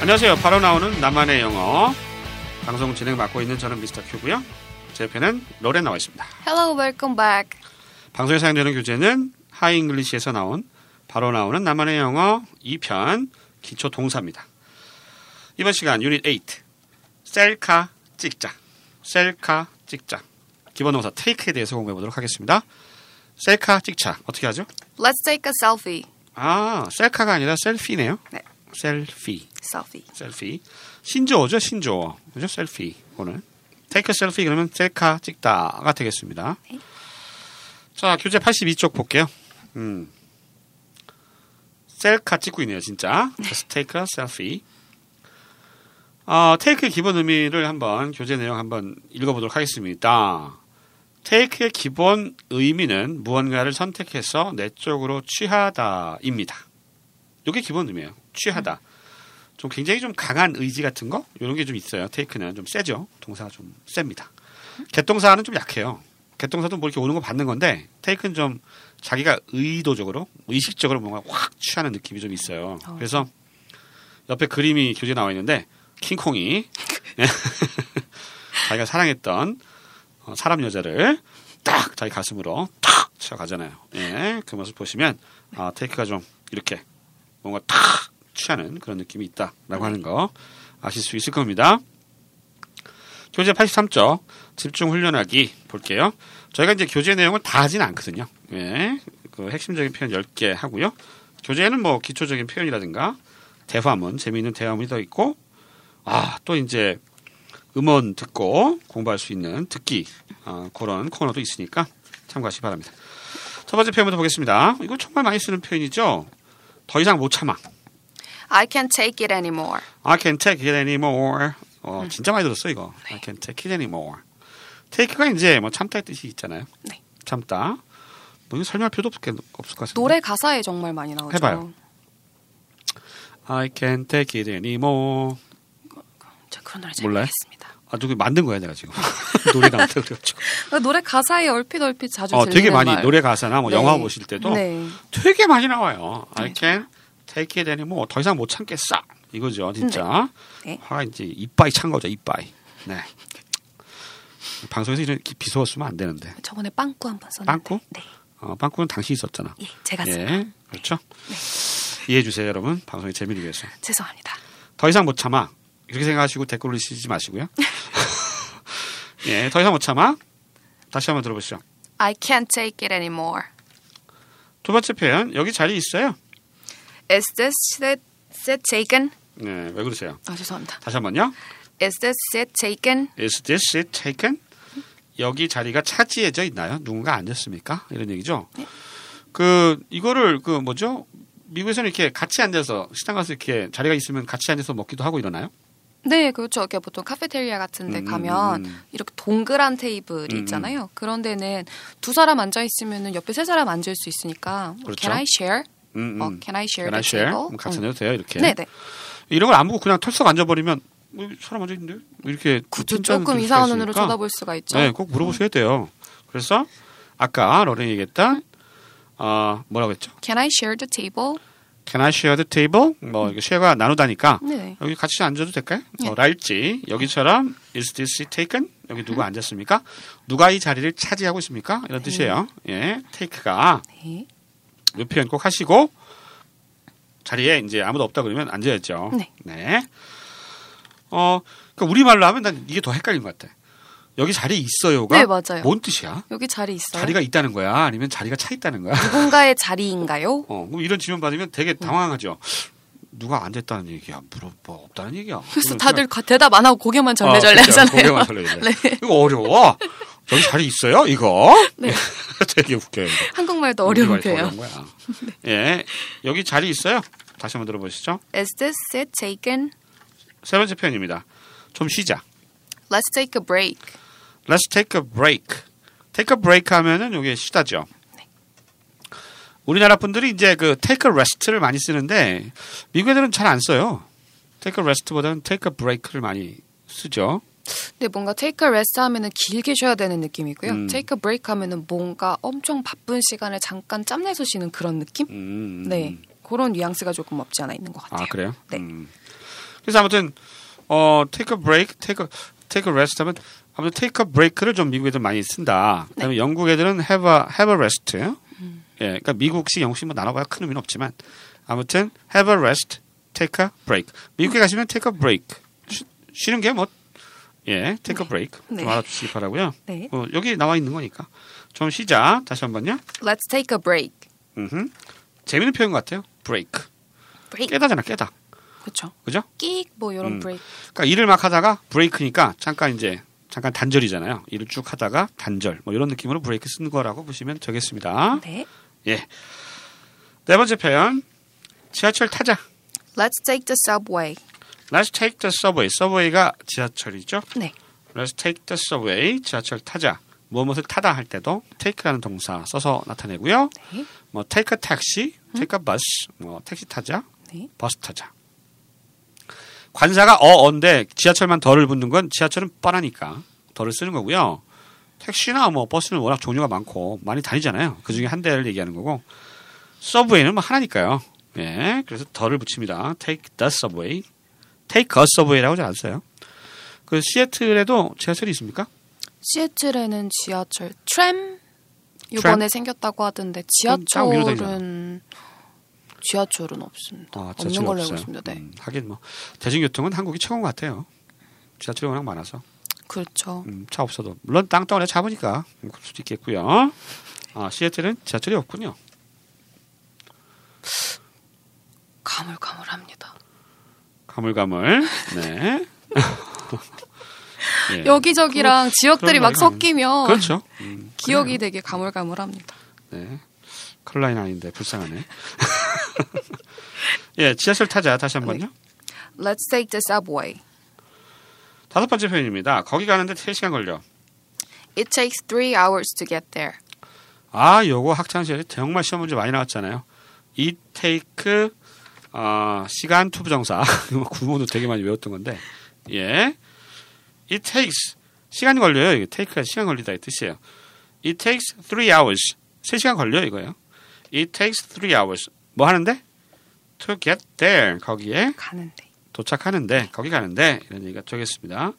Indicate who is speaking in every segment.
Speaker 1: 안녕하세요. 바로 나오는 나만의 영어 방송 진행 맡고 있는 저는 미스터 큐고요. 제 옆에는 로렌 나와 있습니다.
Speaker 2: Hello, welcome back.
Speaker 1: 방송에 사용되는 교재는 하이 잉글리시에서 나온 바로 나오는 나만의 영어 2편 기초 동사입니다. 이번 시간 유닛 8 셀카 찍자 셀카 찍자 기본 동사 테이크에 대해서 공부해 보도록 하겠습니다. 셀카 찍자 어떻게 하죠?
Speaker 2: Let's take a selfie.
Speaker 1: 아 셀카가 아니라 셀피네요.
Speaker 2: 네.
Speaker 1: 셀피
Speaker 2: Selfie.
Speaker 1: 셀피 신조어죠 신조어 그죠 셀피 오늘 테이크 셀피 그러면 셀카 찍다가 되겠습니다
Speaker 2: 네.
Speaker 1: 자 교재 82쪽 볼게요 음 셀카 찍고 있네요 진짜 just take a selfie 어, 테이크의 기본 의미를 한번 교재 내용 한번 읽어보도록 하겠습니다 테이크의 기본 의미는 무언가를 선택해서 내 쪽으로 취하다입니다 이게 기본 의미예요 취하다 좀 굉장히 좀 강한 의지 같은 거 이런 게 좀 있어요. 테이크는 좀 세죠. 동사가 좀 셉니다. 개동사는 좀 약해요. 개동사도 뭐 이렇게 오는 거 받는 건데 테이크는 좀 자기가 의도적으로 의식적으로 뭔가 확 취하는 느낌이 좀 있어요.
Speaker 2: 어.
Speaker 1: 그래서 옆에 그림이 교재 나와 있는데 킹콩이 네. 자기가 사랑했던 어, 사람 여자를 딱 자기 가슴으로 탁 쳐가잖아요. 예, 그 모습 보시면 아, 테이크가 좀 이렇게 뭔가 탁 취하는 그런 느낌이 있다라고 하는 거 아실 수 있을 겁니다. 교재 83쪽 집중 훈련하기 볼게요. 저희가 이제 교재 내용을 다 하진 않거든요. 예, 그 핵심적인 표현 10개 하고요. 교재에는 뭐 기초적인 표현이라든가 대화문 재미있는 대화문이 더 있고 아 또 이제 음원 듣고 공부할 수 있는 듣기 아, 그런 코너도 있으니까 참고하시기 바랍니다. 첫 번째 표현부터 보겠습니다. 이거 정말 많이 쓰는 표현이죠. 더 이상 못 참아.
Speaker 2: I can't take it anymore.
Speaker 1: I can't take it anymore. 어,
Speaker 2: 음.
Speaker 1: 진짜 많이 들었어 이거.
Speaker 2: 네.
Speaker 1: I can't take it anymore. take가 이제 뭐 참다의 뜻이 있잖아요.
Speaker 2: 네.
Speaker 1: 참다. 뭐 이거 설명할 필요도 없겠, 없을 것 같은데.
Speaker 2: 노래 가사에 정말 많이 나오죠.
Speaker 1: 해봐요. I can't take it anymore.
Speaker 2: 저 그런 노래
Speaker 1: 몰라요?
Speaker 2: 잘모르겠습니다
Speaker 1: 아, 저기 만든 거야 내가 지금. 노래 나왔다 그래가지고.
Speaker 2: 어, 노래 가사에 얼핏 얼핏 자주
Speaker 1: 어,
Speaker 2: 들리는
Speaker 1: 되게 많이
Speaker 2: 말.
Speaker 1: 노래 가사나 뭐
Speaker 2: 네.
Speaker 1: 영화 보실 때도
Speaker 2: 네.
Speaker 1: 되게 많이 나와요. I
Speaker 2: 네.
Speaker 1: can't take it anymore. 더 이상 못 참겠어. 이거죠, 진짜.
Speaker 2: 네. 네.
Speaker 1: 화가 이제 이빨이 찬 거죠, 이빨이. 네. 방송에서 이렇게 비서웠으면 안 되는데.
Speaker 2: 저번에 빵꾸 한번 썼는데.
Speaker 1: 빵꾸?
Speaker 2: 네.
Speaker 1: 어, 빵꾸는 당신이 있었잖아.
Speaker 2: 예, 제가 써요.
Speaker 1: 예, 그렇죠. 이해해 주세요, 여러분. 방송의 재미를 위해서.
Speaker 2: 죄송합니다.
Speaker 1: 더 이상 못 참아. 이렇게 생각하시고 댓글을 쓰지 마시고요. 예, 더 이상 못 참아. 다시 한번 들어보시죠.
Speaker 2: I can't take it anymore.
Speaker 1: 두 번째 표현 여기 자리 있어요.
Speaker 2: Is this seat, seat taken?
Speaker 1: 네, 왜 그러세요?
Speaker 2: 아, 죄송합니다.
Speaker 1: 다시 한번요.
Speaker 2: Is this seat taken?
Speaker 1: Is this seat taken? 여기 자리가 차지해져 있나요? 누군가 앉았습니까? 이런 얘기죠. 그 이거를 그 뭐죠? 미국에서는 이렇게 같이 앉아서 식당 가서 이렇게 자리가 있으면 같이 앉아서 먹기도 하고 이러나요?
Speaker 2: 네, 그렇죠. 이렇게 보통 카페테리아 같은 데
Speaker 1: 음,
Speaker 2: 가면
Speaker 1: 음.
Speaker 2: 이렇게 동그란 테이블이
Speaker 1: 음,
Speaker 2: 있잖아요. 그런 데는 두 사람 앉아 있으면은 옆에 세 사람 앉을 수 있으니까 뭐
Speaker 1: 그렇죠.
Speaker 2: Can I share?
Speaker 1: 음,
Speaker 2: 어,
Speaker 1: 음.
Speaker 2: Can I share
Speaker 1: 계란
Speaker 2: the
Speaker 1: 쉐
Speaker 2: table?
Speaker 1: 뭐 같이
Speaker 2: 응.
Speaker 1: 앉아도 돼요 이렇게.
Speaker 2: 네, 네.
Speaker 1: 이런 걸 안 보고 그냥 털썩 앉아버리면 뭐, 사람 앉아 있는데 이렇게
Speaker 2: 그죠.
Speaker 1: 뒷자는
Speaker 2: 조금
Speaker 1: 들 수가
Speaker 2: 이상한 눈으로
Speaker 1: 있으니까.
Speaker 2: 쳐다볼 수가 있죠. 음.
Speaker 1: 네, 꼭 물어보셔야 돼요. 그래서 아까 러렌이 얘기했던 아 뭐라고 했죠?
Speaker 2: Can I share the table?
Speaker 1: Can I share the table? 뭐 이렇게 쉐가 나누다니까
Speaker 2: 네.
Speaker 1: 여기 같이 앉아도 될까요?
Speaker 2: 네.
Speaker 1: 어, 랄지 여기처럼 is this seat taken? 여기 누가
Speaker 2: 음.
Speaker 1: 앉았습니까? 누가 이 자리를 차지하고 있습니까? 이런 뜻이에요. 예, take가
Speaker 2: 네.
Speaker 1: 이 표현 꼭 하시고 자리에 이제 아무도 없다 그러면 앉아야죠.
Speaker 2: 네.
Speaker 1: 어, 그러니까 우리 말로 하면 난 이게 더 헷갈린 것 같아. 여기 자리 있어요가
Speaker 2: 네, 맞아요.
Speaker 1: 뭔 뜻이야?
Speaker 2: 여기 자리 있어요.
Speaker 1: 뭐? 자리가 있다는 거야? 아니면 자리가 차 있다는 거야?
Speaker 2: 누군가의 자리인가요?
Speaker 1: 어, 그럼 이런 질문 받으면 되게
Speaker 2: 음.
Speaker 1: 당황하죠. 누가 앉았다는 얘기야? 물어 뭐 없다는 얘기야?
Speaker 2: 그래서
Speaker 1: 그러면
Speaker 2: 다들 가- 대답 안 하고 고개만 절레절레
Speaker 1: 그렇죠.
Speaker 2: 하잖아요.
Speaker 1: 고개만 절레절레. 이거 어려워. 여기 자리 있어요? 이거?
Speaker 2: 네.
Speaker 1: 되게 웃겨요. 이거.
Speaker 2: 한국말도
Speaker 1: 우리
Speaker 2: 어려운
Speaker 1: 말이
Speaker 2: 표현.
Speaker 1: 어려운 거야. 예, 여기 자리 있어요? 다시 한번 들어보시죠.
Speaker 2: Is this seat taken?
Speaker 1: 세 번째 표현입니다. 좀 쉬자.
Speaker 2: Let's take a break.
Speaker 1: Let's take a break. Take a break 하면은 이게 쉬다죠.
Speaker 2: 네.
Speaker 1: 우리나라 분들이 이제 그 take a rest를 많이 쓰는데 미국 애들은 잘 안 써요. take a rest보다는 take a break를 많이 쓰죠.
Speaker 2: 근데 뭔가 take a rest 하면은 길게 쉬어야 되는 느낌이고요.
Speaker 1: 음.
Speaker 2: take a break 하면은 뭔가 엄청 바쁜 시간에 잠깐 짬내서 쉬는 그런 느낌?
Speaker 1: 음.
Speaker 2: 네. 그런 뉘앙스가 조금 없지 않아 있는 것 같아요.
Speaker 1: 아 그래요?
Speaker 2: 네.
Speaker 1: 음. 그래서 아무튼 어 take a break, take a take a rest 하면 아무튼 take a break를 좀 미국 애들 많이 쓴다. 그다음에
Speaker 2: 네.
Speaker 1: 영국 애들은 have a have a rest.
Speaker 2: 음.
Speaker 1: 예, 그러니까 미국식 영국식 뭐 나눠봐야 큰 의미는 없지만 아무튼 have a rest, take a break.
Speaker 2: 음.
Speaker 1: 미국에 가시면 take a break. 쉬, 쉬는 게 뭐 예, take a break
Speaker 2: 네.
Speaker 1: 좀 알아주시기 바라고요.
Speaker 2: 네.
Speaker 1: 어, 여기 나와 있는 거니까 좀 쉬자. 다시 한번요.
Speaker 2: Let's take a break.
Speaker 1: 음흠. 재밌는 표현 같아요. break.
Speaker 2: break.
Speaker 1: 깨다잖아, 깨다.
Speaker 2: 그렇죠.
Speaker 1: 예. 그죠?
Speaker 2: 끽뭐 이런
Speaker 1: 음.
Speaker 2: break.
Speaker 1: 그러니까 일을 막 하다가 브레이크니까 잠깐 이제 잠깐 단절이잖아요. 일을 쭉 하다가 단절 뭐 이런 느낌으로 브레이크 쓴 거라고 보시면 되겠습니다.
Speaker 2: 네.
Speaker 1: 네 번째 표현 지하철 타자.
Speaker 2: Let's take the subway.
Speaker 1: Let's take the subway. subway가 지하철이죠.
Speaker 2: 네.
Speaker 1: Let's take the subway. 지하철 타자. 무엇을 타다 할 때도 take라는 동사 써서 나타내고요.
Speaker 2: 네.
Speaker 1: 뭐 take a taxi, take a bus, 뭐 택시 타자,
Speaker 2: 네.
Speaker 1: 버스 타자. 관사가 어언데 지하철만 덜을 붙는 건 지하철은 뻔하니까 덜을 쓰는 거고요. 택시나 뭐 버스는 워낙 종류가 많고 많이 다니잖아요. 그 중에 한 대를 얘기하는 거고 서브웨이는 뭐 하나니까요. 예, 그래서 덜을 붙입니다. Take the subway, take a subway라고 잘 안 써요. 그 시애틀에도 지하철이 있습니까?
Speaker 2: 시애틀에는 지하철 트램
Speaker 1: 트램?
Speaker 2: 이번에 생겼다고 하던데
Speaker 1: 그럼 딱 위로
Speaker 2: 지하철은 지하철은 없습니다.
Speaker 1: 아,
Speaker 2: 없는
Speaker 1: 지하철이
Speaker 2: 걸로 알고
Speaker 1: 없어요.
Speaker 2: 있습니다. 네.
Speaker 1: 음, 하긴 뭐 대중교통은 한국이 최고인 것 같아요. 지하철이 워낙 많아서.
Speaker 2: 그렇죠.
Speaker 1: 음, 차 없어도 물론 땅덩어리 잡으니까 음, 그럴 수도 있겠고요. 아 시애틀은 지하철이 없군요.
Speaker 2: 가물가물합니다.
Speaker 1: 가물가물. 네. 예.
Speaker 2: 여기저기랑 지역들이
Speaker 1: 그런
Speaker 2: 막
Speaker 1: 말이
Speaker 2: 섞이면
Speaker 1: 그렇죠. 음,
Speaker 2: 기억이 되게 가물가물합니다.
Speaker 1: 네. 컬라인 아닌데 불쌍하네. 예, 지하철 타자 다시
Speaker 2: 네.
Speaker 1: 한번요.
Speaker 2: Let's take the subway.
Speaker 1: 다섯 번째 표현입니다. 거기 가는데 3 시간 걸려.
Speaker 2: It takes three hours to get there.
Speaker 1: 아, 요거 학창 시절에 정말 시험 문제 많이 나왔잖아요. It take 아, 시간 투 부정사 이거 구문도 되게 많이 외웠던 건데 예, it takes 시간이 걸려요. 이게 take가 시간 걸리다 이 뜻이에요. It takes three hours 세 시간 걸려 요 이거예요. It takes three hours 뭐 하는데? To get there 거기에
Speaker 2: 가는데.
Speaker 1: 도착하는데 거기 가는데 이런 얘기가 되겠습니다.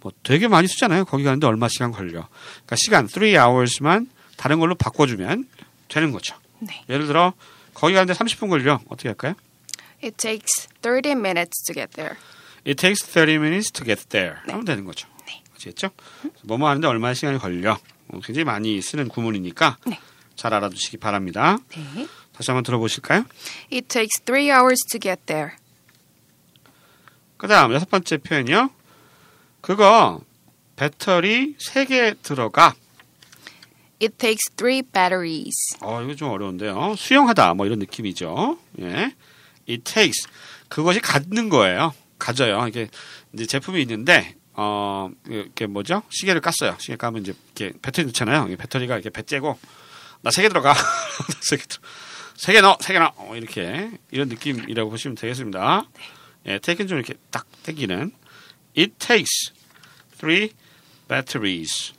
Speaker 1: 뭐 되게 많이 쓰잖아요. 거기 가는데 얼마 시간 걸려. 그러니까 시간 3 hours만 다른 걸로 바꿔주면 되는 거죠.
Speaker 2: 네.
Speaker 1: 예를 들어 거기 가는데 30분 걸려. 어떻게 할까요?
Speaker 2: It takes 30 minutes to get there.
Speaker 1: It takes 30 minutes to get there. 하면 되는 거죠.
Speaker 2: 네.
Speaker 1: 아시겠죠? 뭐뭐 하는데 얼마나 시간이 걸려. 어, 굉장히 많이 쓰는 구문이니까
Speaker 2: 네.
Speaker 1: 잘 알아두시기 바랍니다.
Speaker 2: 네.
Speaker 1: 다시 한번 들어보실까요?
Speaker 2: It takes three hours to get there.
Speaker 1: 그다음 여섯 번째 표현이요. 그거 배터리 세 개 들어가.
Speaker 2: It takes three batteries.
Speaker 1: 어, 이거 좀 어려운데요. 수용하다 뭐 이런 느낌이죠. 예. It takes 그것이 갖는 거예요. 가져요. 이게 이제 제품이 있는데 어 이렇게 뭐죠? 시계를 깠어요. 시계 까면 이제 이렇게 배터리 넣잖아요. 이게 배터리가 이렇게 배째고 나 세 개 들어가. 세 개 들어. 세개 넣어. 세 개 넣어. 어, 이렇게 이런 느낌이라고 보시면 되겠습니다. 예, take는 좀 이렇게 딱 땡기는 It takes three batteries.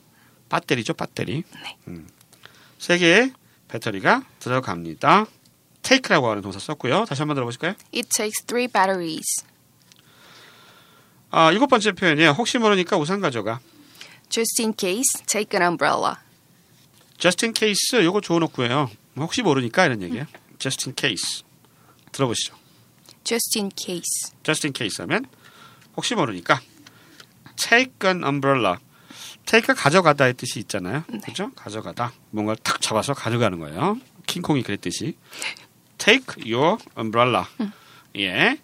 Speaker 1: 배터리죠, 배터리.
Speaker 2: 네.
Speaker 1: 음. 세 개의 배터리가 들어갑니다. take라고 하는 동사 썼고요. 다시 한번 들어보실까요?
Speaker 2: It takes three batteries.
Speaker 1: 아, 일곱 번째 표현이에요. 혹시 모르니까 우산 가져가.
Speaker 2: Just in case, take an umbrella.
Speaker 1: just in case 요거 좋은 어구예요. 뭐 혹시 모르니까 이런 얘기예요. just in case. 들어보시죠.
Speaker 2: Just in case.
Speaker 1: just in case 하면 혹시 모르니까 take an umbrella. take가 가져가다의 뜻이 있잖아요. 그죠? 가져가다. 뭔가를 탁 잡아서 가져가는 거예요. 킹콩이 그랬듯이. take your umbrella. 예.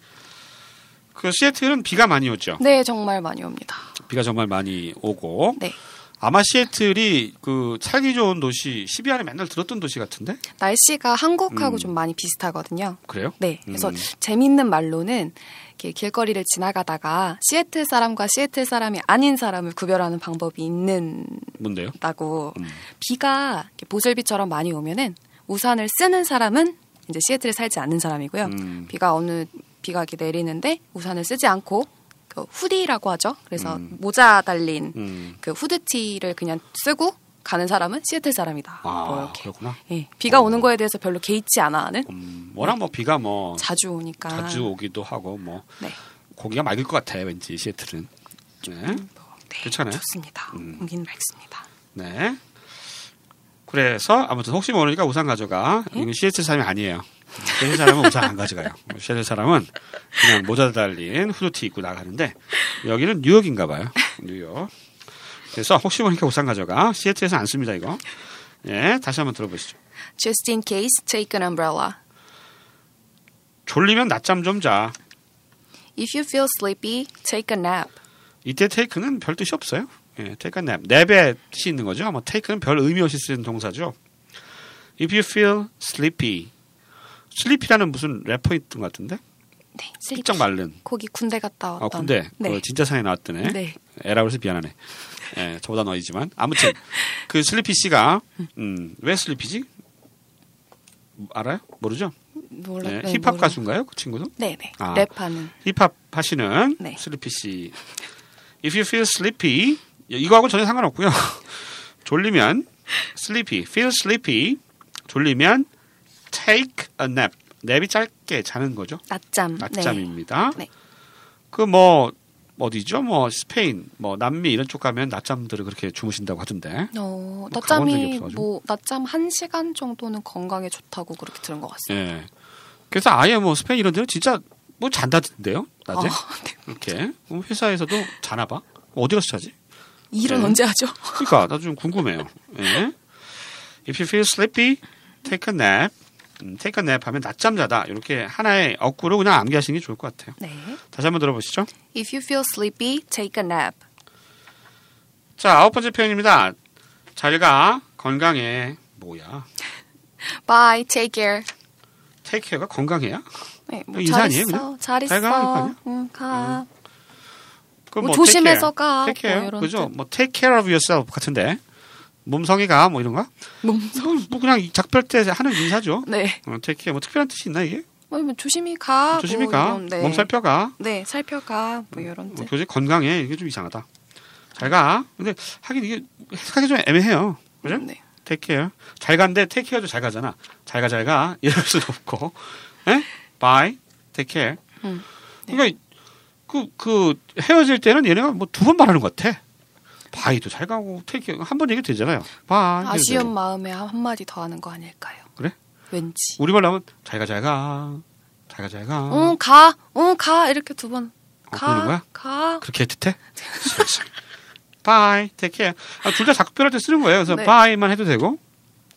Speaker 1: 그 시애틀은 비가 많이 오죠.
Speaker 2: 네, 정말 많이 옵니다.
Speaker 1: 비가 정말 많이 오고
Speaker 2: 네.
Speaker 1: 아마 시애틀이 그 살기 좋은 도시 10위 안에 맨날 들었던 도시 같은데
Speaker 2: 날씨가
Speaker 1: 음.
Speaker 2: 한국하고 좀 많이 비슷하거든요.
Speaker 1: 그래요?
Speaker 2: 네. 그래서
Speaker 1: 음.
Speaker 2: 재밌는 말로는 이렇게 길거리를 지나가다가 시애틀 사람과 시애틀 사람이 아닌 사람을 구별하는 방법이 있는다고.
Speaker 1: 뭔데요? 음.
Speaker 2: 비가 이렇게 보슬비처럼 많이 오면은 우산을 쓰는 사람은 이제 시애틀에 살지 않는 사람이고요.
Speaker 1: 음.
Speaker 2: 비가 어느 비가 이렇게 내리는데 우산을 쓰지 않고 그 후디라고 하죠. 그래서 모자 달린
Speaker 1: 음.
Speaker 2: 그 후드티를 그냥 쓰고 가는 사람은 시애틀 사람이다. 뭐
Speaker 1: 아
Speaker 2: 이렇게.
Speaker 1: 그렇구나.
Speaker 2: 예, 비가
Speaker 1: 어.
Speaker 2: 오는 거에 대해서 별로 개의치 않아하는
Speaker 1: 음, 워낙 뭐 비가 뭐
Speaker 2: 자주 오니까
Speaker 1: 자주 오기도 하고 뭐
Speaker 2: 네.
Speaker 1: 고기가 맑을 것 같아 왠지 시애틀은. 네.
Speaker 2: 네,
Speaker 1: 괜찮아요?
Speaker 2: 좋습니다.
Speaker 1: 음.
Speaker 2: 공기는 맑습니다.
Speaker 1: 네. 그래서 아무튼 혹시 모르니까 우산 가져가. 이건 시애틀 사람이 아니에요. 시애틀 사람은 우산 안 가져가요. 시애틀 사람은 그냥 모자 달린 후드티 입고 나가는데 여기는 뉴욕인가 봐요. 뉴욕. 그래서 혹시 모르니까 우산 가져가. 시애틀에서 안 씁니다 이거. 예, 다시 한번 들어보시죠.
Speaker 2: Just in case, take an umbrella.
Speaker 1: 졸리면 낮잠 좀 자.
Speaker 2: If you feel sleepy, take a nap.
Speaker 1: 이때 테이크는 별 뜻이 없어요. 예, take a nap. 냅의 뜻이 있는 거죠. 아마 테이크는 별 의미 없이 쓰는 동사죠. If you feel sleepy. sleepy라는 무슨 래퍼 있던 것 같은데?
Speaker 2: 네,
Speaker 1: 슬쩍 마른.
Speaker 2: 거기 군대 갔다 왔던.
Speaker 1: 아, 근데
Speaker 2: 네.
Speaker 1: 그거 진짜 상에 나왔더네.
Speaker 2: 네.
Speaker 1: 에라고 해서 미안하네. 예, 저보다 너이지만 아무튼 그 슬리피 씨가 음, 왜 슬리피지? 알아요? 모르죠?
Speaker 2: 몰라.
Speaker 1: 예,
Speaker 2: 네,
Speaker 1: 힙합
Speaker 2: 몰라.
Speaker 1: 가수인가요? 그 친구는?
Speaker 2: 네, 네.
Speaker 1: 아.
Speaker 2: 랩하는.
Speaker 1: 힙합 하시는
Speaker 2: 네.
Speaker 1: 슬리피 씨. If you feel sleepy, 이거하고 전혀 상관없고요. 졸리면 sleepy, feel sleepy, 졸리면 take a nap. 냅이 짧게 자는 거죠.
Speaker 2: 낮잠. 음, 네.
Speaker 1: 낮잠입니다.
Speaker 2: 네.
Speaker 1: 그 뭐 어디죠? 뭐 스페인, 뭐 남미 이런 쪽 가면 낮잠들을 그렇게 주무신다고 하던데.
Speaker 2: 어,
Speaker 1: 뭐 가본 적이
Speaker 2: 낮잠이
Speaker 1: 없어가지고.
Speaker 2: 뭐 낮잠 한 시간 정도는 건강에 좋다고 그렇게 들은 것 같습니다.
Speaker 1: 예. 그래서 아예 뭐 스페인 이런 데는 진짜 뭐 잔다던데요. 낮에.
Speaker 2: 아, 네.
Speaker 1: 이렇게. 그럼 회사에서도 자나 봐. 어디 가서 자지?
Speaker 2: 일은
Speaker 1: 네.
Speaker 2: 언제 하죠?
Speaker 1: 그러니까 나 좀 궁금해요. 예. If you feel sleepy, take a nap. 음, take a nap 하면 낮잠 자다. 이렇게 하나의 억구로 그냥 암기하시는 게 좋을 것 같아요.
Speaker 2: 네.
Speaker 1: 다시 한번 들어보시죠.
Speaker 2: If you feel sleepy, take a nap.
Speaker 1: 자 아홉 번째 표현입니다. 잘가 건강해. 뭐야?
Speaker 2: Bye, take care.
Speaker 1: take care가 건강해야?
Speaker 2: 네,
Speaker 1: 인사
Speaker 2: 잘
Speaker 1: 아니에요,
Speaker 2: 있어.
Speaker 1: 그냥?
Speaker 2: 잘 있어.
Speaker 1: 잘 가, 이거 아니야?
Speaker 2: 응, 가.
Speaker 1: 그럼
Speaker 2: 뭐 조심해서 가,
Speaker 1: take care.
Speaker 2: 뭐 이런
Speaker 1: 그죠? 뭐 take care of yourself 같은데 몸성이가 뭐 이런가?
Speaker 2: 몸.
Speaker 1: 뭐, 뭐 그냥 작별 때 하는 인사죠.
Speaker 2: 네.
Speaker 1: 어, take care 뭐 특별한 뜻이 있나 이게?
Speaker 2: 뭐, 뭐 조심히 가.
Speaker 1: 조심히
Speaker 2: 뭐
Speaker 1: 가.
Speaker 2: 이런, 네.
Speaker 1: 몸 살펴가.
Speaker 2: 네, 살펴가. 뭐 이런
Speaker 1: 뭐
Speaker 2: 뜻.
Speaker 1: 교재 건강해 이게 좀 이상하다. 잘 가. 근데 하긴 이게 해석하기 좀 애매해요. 그죠?
Speaker 2: 네.
Speaker 1: take care. 잘 간데 take care도 잘 가잖아. 잘 가 잘 가. 이럴 수도 없고. 에? bye. take care.
Speaker 2: 음, 네.
Speaker 1: 그러니까 그, 그 헤어질 때는 얘네가 뭐 두 번 말하는 것 같아. 바이도 잘 가고 take care 한 번 얘기 되잖아요. 바이. 이래도
Speaker 2: 아쉬운
Speaker 1: 되고.
Speaker 2: 마음에 한- 한마디 더 하는 거 아닐까요?
Speaker 1: 그래?
Speaker 2: 왠지.
Speaker 1: 우리말로 하면 잘 가 잘 가. 잘 가 잘 가.
Speaker 2: 응, 가. 응, 가. 이렇게 두 번.
Speaker 1: 아,
Speaker 2: 가.
Speaker 1: 어. 그러는 거야?
Speaker 2: 가.
Speaker 1: 그렇게 뜻해? 바이, take care. 아, 둘 다 작별할 때 쓰는 거예요. 그래서
Speaker 2: 네.
Speaker 1: 바이만 해도 되고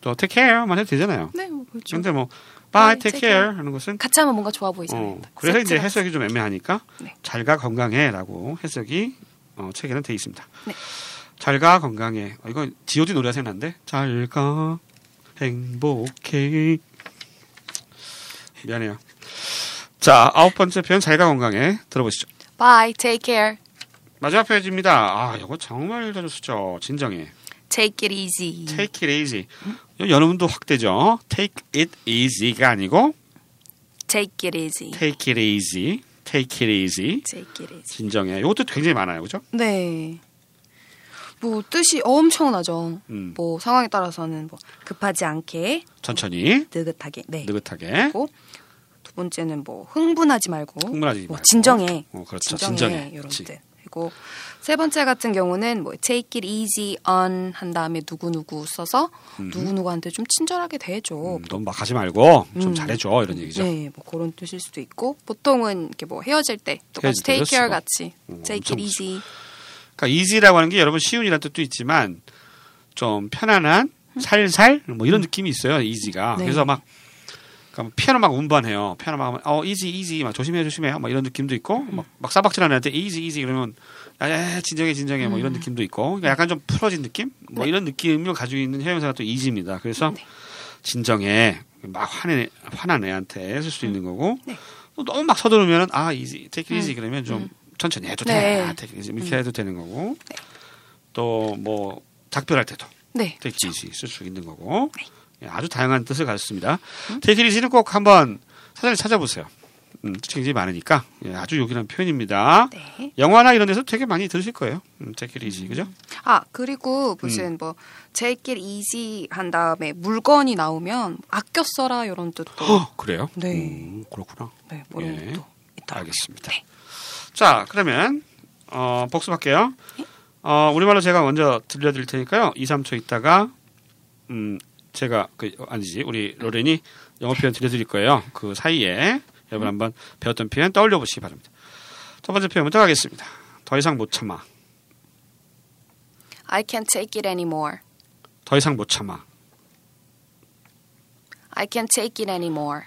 Speaker 1: 또 take care만 해도 되잖아요.
Speaker 2: 네, 뭐 그렇죠.
Speaker 1: 근데 뭐 바이,
Speaker 2: Bye,
Speaker 1: take
Speaker 2: take care.
Speaker 1: care 하는 것은
Speaker 2: 같이 하면 뭔가 좋아 보이잖아요.
Speaker 1: 어, 그래서 이제
Speaker 2: 세트가-
Speaker 1: 해석이 좀 애매하니까
Speaker 2: 네.
Speaker 1: 잘가 건강해라고 해석이 어, 책에는 돼 있습니다.
Speaker 2: 네.
Speaker 1: 잘가 건강해. 어, 이거 G.O.D 노래가 생각난데 잘가 행복해. 미안해요. 자 아홉 번째 표현 잘가 건강해 들어보시죠.
Speaker 2: Bye, take care.
Speaker 1: 마지막 표현입니다. 아 이거 정말 자주 쓰죠. 진정해.
Speaker 2: 네. Take it easy.
Speaker 1: Take it easy. 여러분도 확대죠. Take it easy가 아니고
Speaker 2: Take it easy.
Speaker 1: Take it easy. Take it easy.
Speaker 2: Take it easy.
Speaker 1: 진정해. 이것도 굉장히 많아요, 그죠?
Speaker 2: 네. 뭐 뜻이 엄청나죠.
Speaker 1: 음.
Speaker 2: 뭐 상황에 따라서는 뭐 급하지 않게
Speaker 1: 천천히
Speaker 2: 느긋하게. 네.
Speaker 1: 느긋하게
Speaker 2: 그리고 두 번째는 뭐 흥분하지 말고
Speaker 1: 흥분하지
Speaker 2: 뭐
Speaker 1: 말고
Speaker 2: 진정해.
Speaker 1: 어, 그렇죠.
Speaker 2: 진정해.
Speaker 1: 진정해.
Speaker 2: 이런
Speaker 1: 그렇지.
Speaker 2: 뜻. 그리고 세 번째 같은 경우는 뭐 take it easy on 한 다음에 누구누구 써서 누구누구한테 좀 친절하게 대해줘.
Speaker 1: 음, 너무 막 하지 말고 좀
Speaker 2: 음.
Speaker 1: 잘해줘 이런 얘기죠.
Speaker 2: 네, 뭐 그런 뜻일 수도 있고 보통은 이렇게 뭐 헤어질 때 똑같이
Speaker 1: 헤어질 때도
Speaker 2: take care
Speaker 1: 쓰고.
Speaker 2: 같이
Speaker 1: 음,
Speaker 2: take it
Speaker 1: 엄청 쓰죠.
Speaker 2: easy.
Speaker 1: 그러니까 easy라고 하는 게 여러분 쉬운이라는 뜻도 있지만 좀 편안한 살살 뭐 이런 느낌이 있어요. easy가.
Speaker 2: 네.
Speaker 1: 그래서 막 그러니까 막 피아노 막 운반해요. 피아노 막 하면 어 easy easy 막 조심해 조심해 막 이런 느낌도
Speaker 2: 음.
Speaker 1: 있고 막, 막 싸박질하는 애한테 easy easy 그러면 아 진정해 진정해 뭐
Speaker 2: 음.
Speaker 1: 이런 느낌도 있고 그러니까 약간 좀 풀어진 느낌 뭐 이런 느낌을 가지고 있는 해외사가 또 easy입니다. 그래서
Speaker 2: 네.
Speaker 1: 진정해 막 화내 화난 애한테 쓸 수 있는 거고
Speaker 2: 네.
Speaker 1: 또 너무 막 서두르면은 아 easy take it easy 그러면 좀
Speaker 2: 음.
Speaker 1: 천천히 해도
Speaker 2: 네.
Speaker 1: 돼 아, take it easy 이렇게 해도 되는 거고 또 뭐 작별할 때도
Speaker 2: 네.
Speaker 1: take it easy 쓸 수 있는 거고 예, 아주 다양한 뜻을 가졌습니다.
Speaker 2: 음.
Speaker 1: take it easy는 꼭 한번 사전에 찾아보세요. 음, 뜻이 굉장히 많으니까 예, 아주 요긴한 표현입니다.
Speaker 2: 네.
Speaker 1: 영화나 이런 데서 되게 많이 들으실 거예요. 음, take it easy 그죠?
Speaker 2: 아, 그리고
Speaker 1: 음.
Speaker 2: 무슨 뭐 take it easy 한 다음에 물건이 나오면 아껴 써라 이런 뜻도
Speaker 1: 그래요?
Speaker 2: 네.
Speaker 1: 음, 그렇구나.
Speaker 2: 네, 뭐 이런
Speaker 1: 예.
Speaker 2: 것도 있다.
Speaker 1: 알겠습니다. 자, 그러면 어, 복습할게요. 어, 우리말로 제가 먼저 들려드릴 테니까요. 2, 3초 있다가 음, 제가 그 아니지 우리 로렌이 영어 표현 들려드릴 거예요. 그 사이에 여러분 한번 배웠던 표현 떠올려 보시기 바랍니다. 첫 번째 표현부터 가겠습니다. 더 이상 못 참아.
Speaker 2: I can't take it anymore.
Speaker 1: 더 이상 못 참아.
Speaker 2: I can't take it anymore.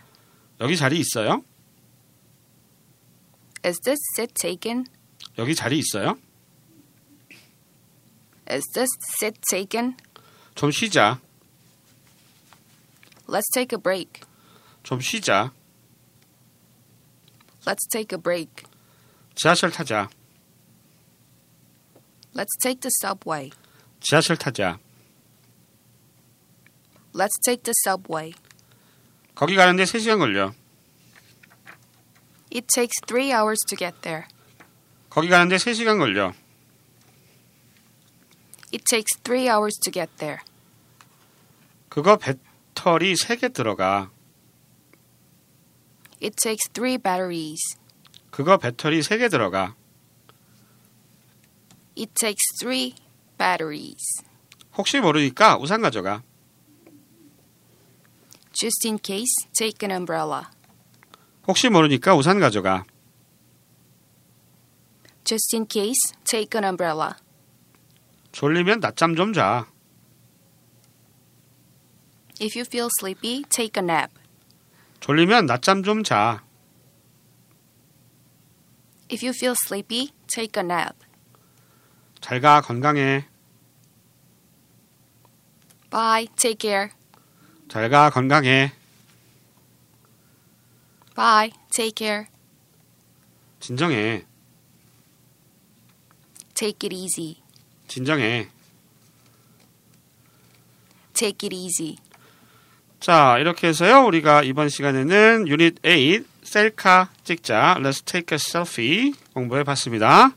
Speaker 1: 여기 자리 있어요?
Speaker 2: Is this seat taken?
Speaker 1: 여기 자리 있어요?
Speaker 2: Is this seat taken?
Speaker 1: 좀 쉬자.
Speaker 2: Let's take a break.
Speaker 1: 좀 쉬자.
Speaker 2: Let's take a break.
Speaker 1: 지하철 타자.
Speaker 2: Let's take the subway.
Speaker 1: 지하철 타자.
Speaker 2: Let's take the subway.
Speaker 1: 거기 가는데 3시간 걸려.
Speaker 2: It takes three hours to get there.
Speaker 1: 거기 가는데 3시간 걸려.
Speaker 2: It takes three hours to get there.
Speaker 1: 그거 배터리 3개 들어가.
Speaker 2: It takes three batteries.
Speaker 1: 그거 배터리 3개 들어가.
Speaker 2: It takes three batteries.
Speaker 1: 혹시 모르니까 우산 가져가.
Speaker 2: Just in case, take an umbrella.
Speaker 1: 혹시 모르니까 우산 가져가.
Speaker 2: Just in case, take an umbrella.
Speaker 1: 졸리면 낮잠 좀 자.
Speaker 2: If you feel sleepy, take a nap.
Speaker 1: 졸리면 낮잠 좀 자.
Speaker 2: If you feel sleepy, take a nap.
Speaker 1: 잘 가 건강해.
Speaker 2: Bye, take care.
Speaker 1: 잘 가 건강해.
Speaker 2: Bye, take care.
Speaker 1: 진정해.
Speaker 2: Take it easy.
Speaker 1: 진정해.
Speaker 2: Take it easy.
Speaker 1: 자, 이렇게 해서요. 우리가 이번 시간에는 유닛 8 셀카 찍자 Let's take a selfie 공부해 봤습니다.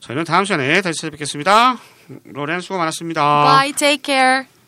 Speaker 1: 저희는 다음 시간에 다시 찾아뵙겠습니다. 로렌 수고 많았습니다.
Speaker 2: Bye, take care.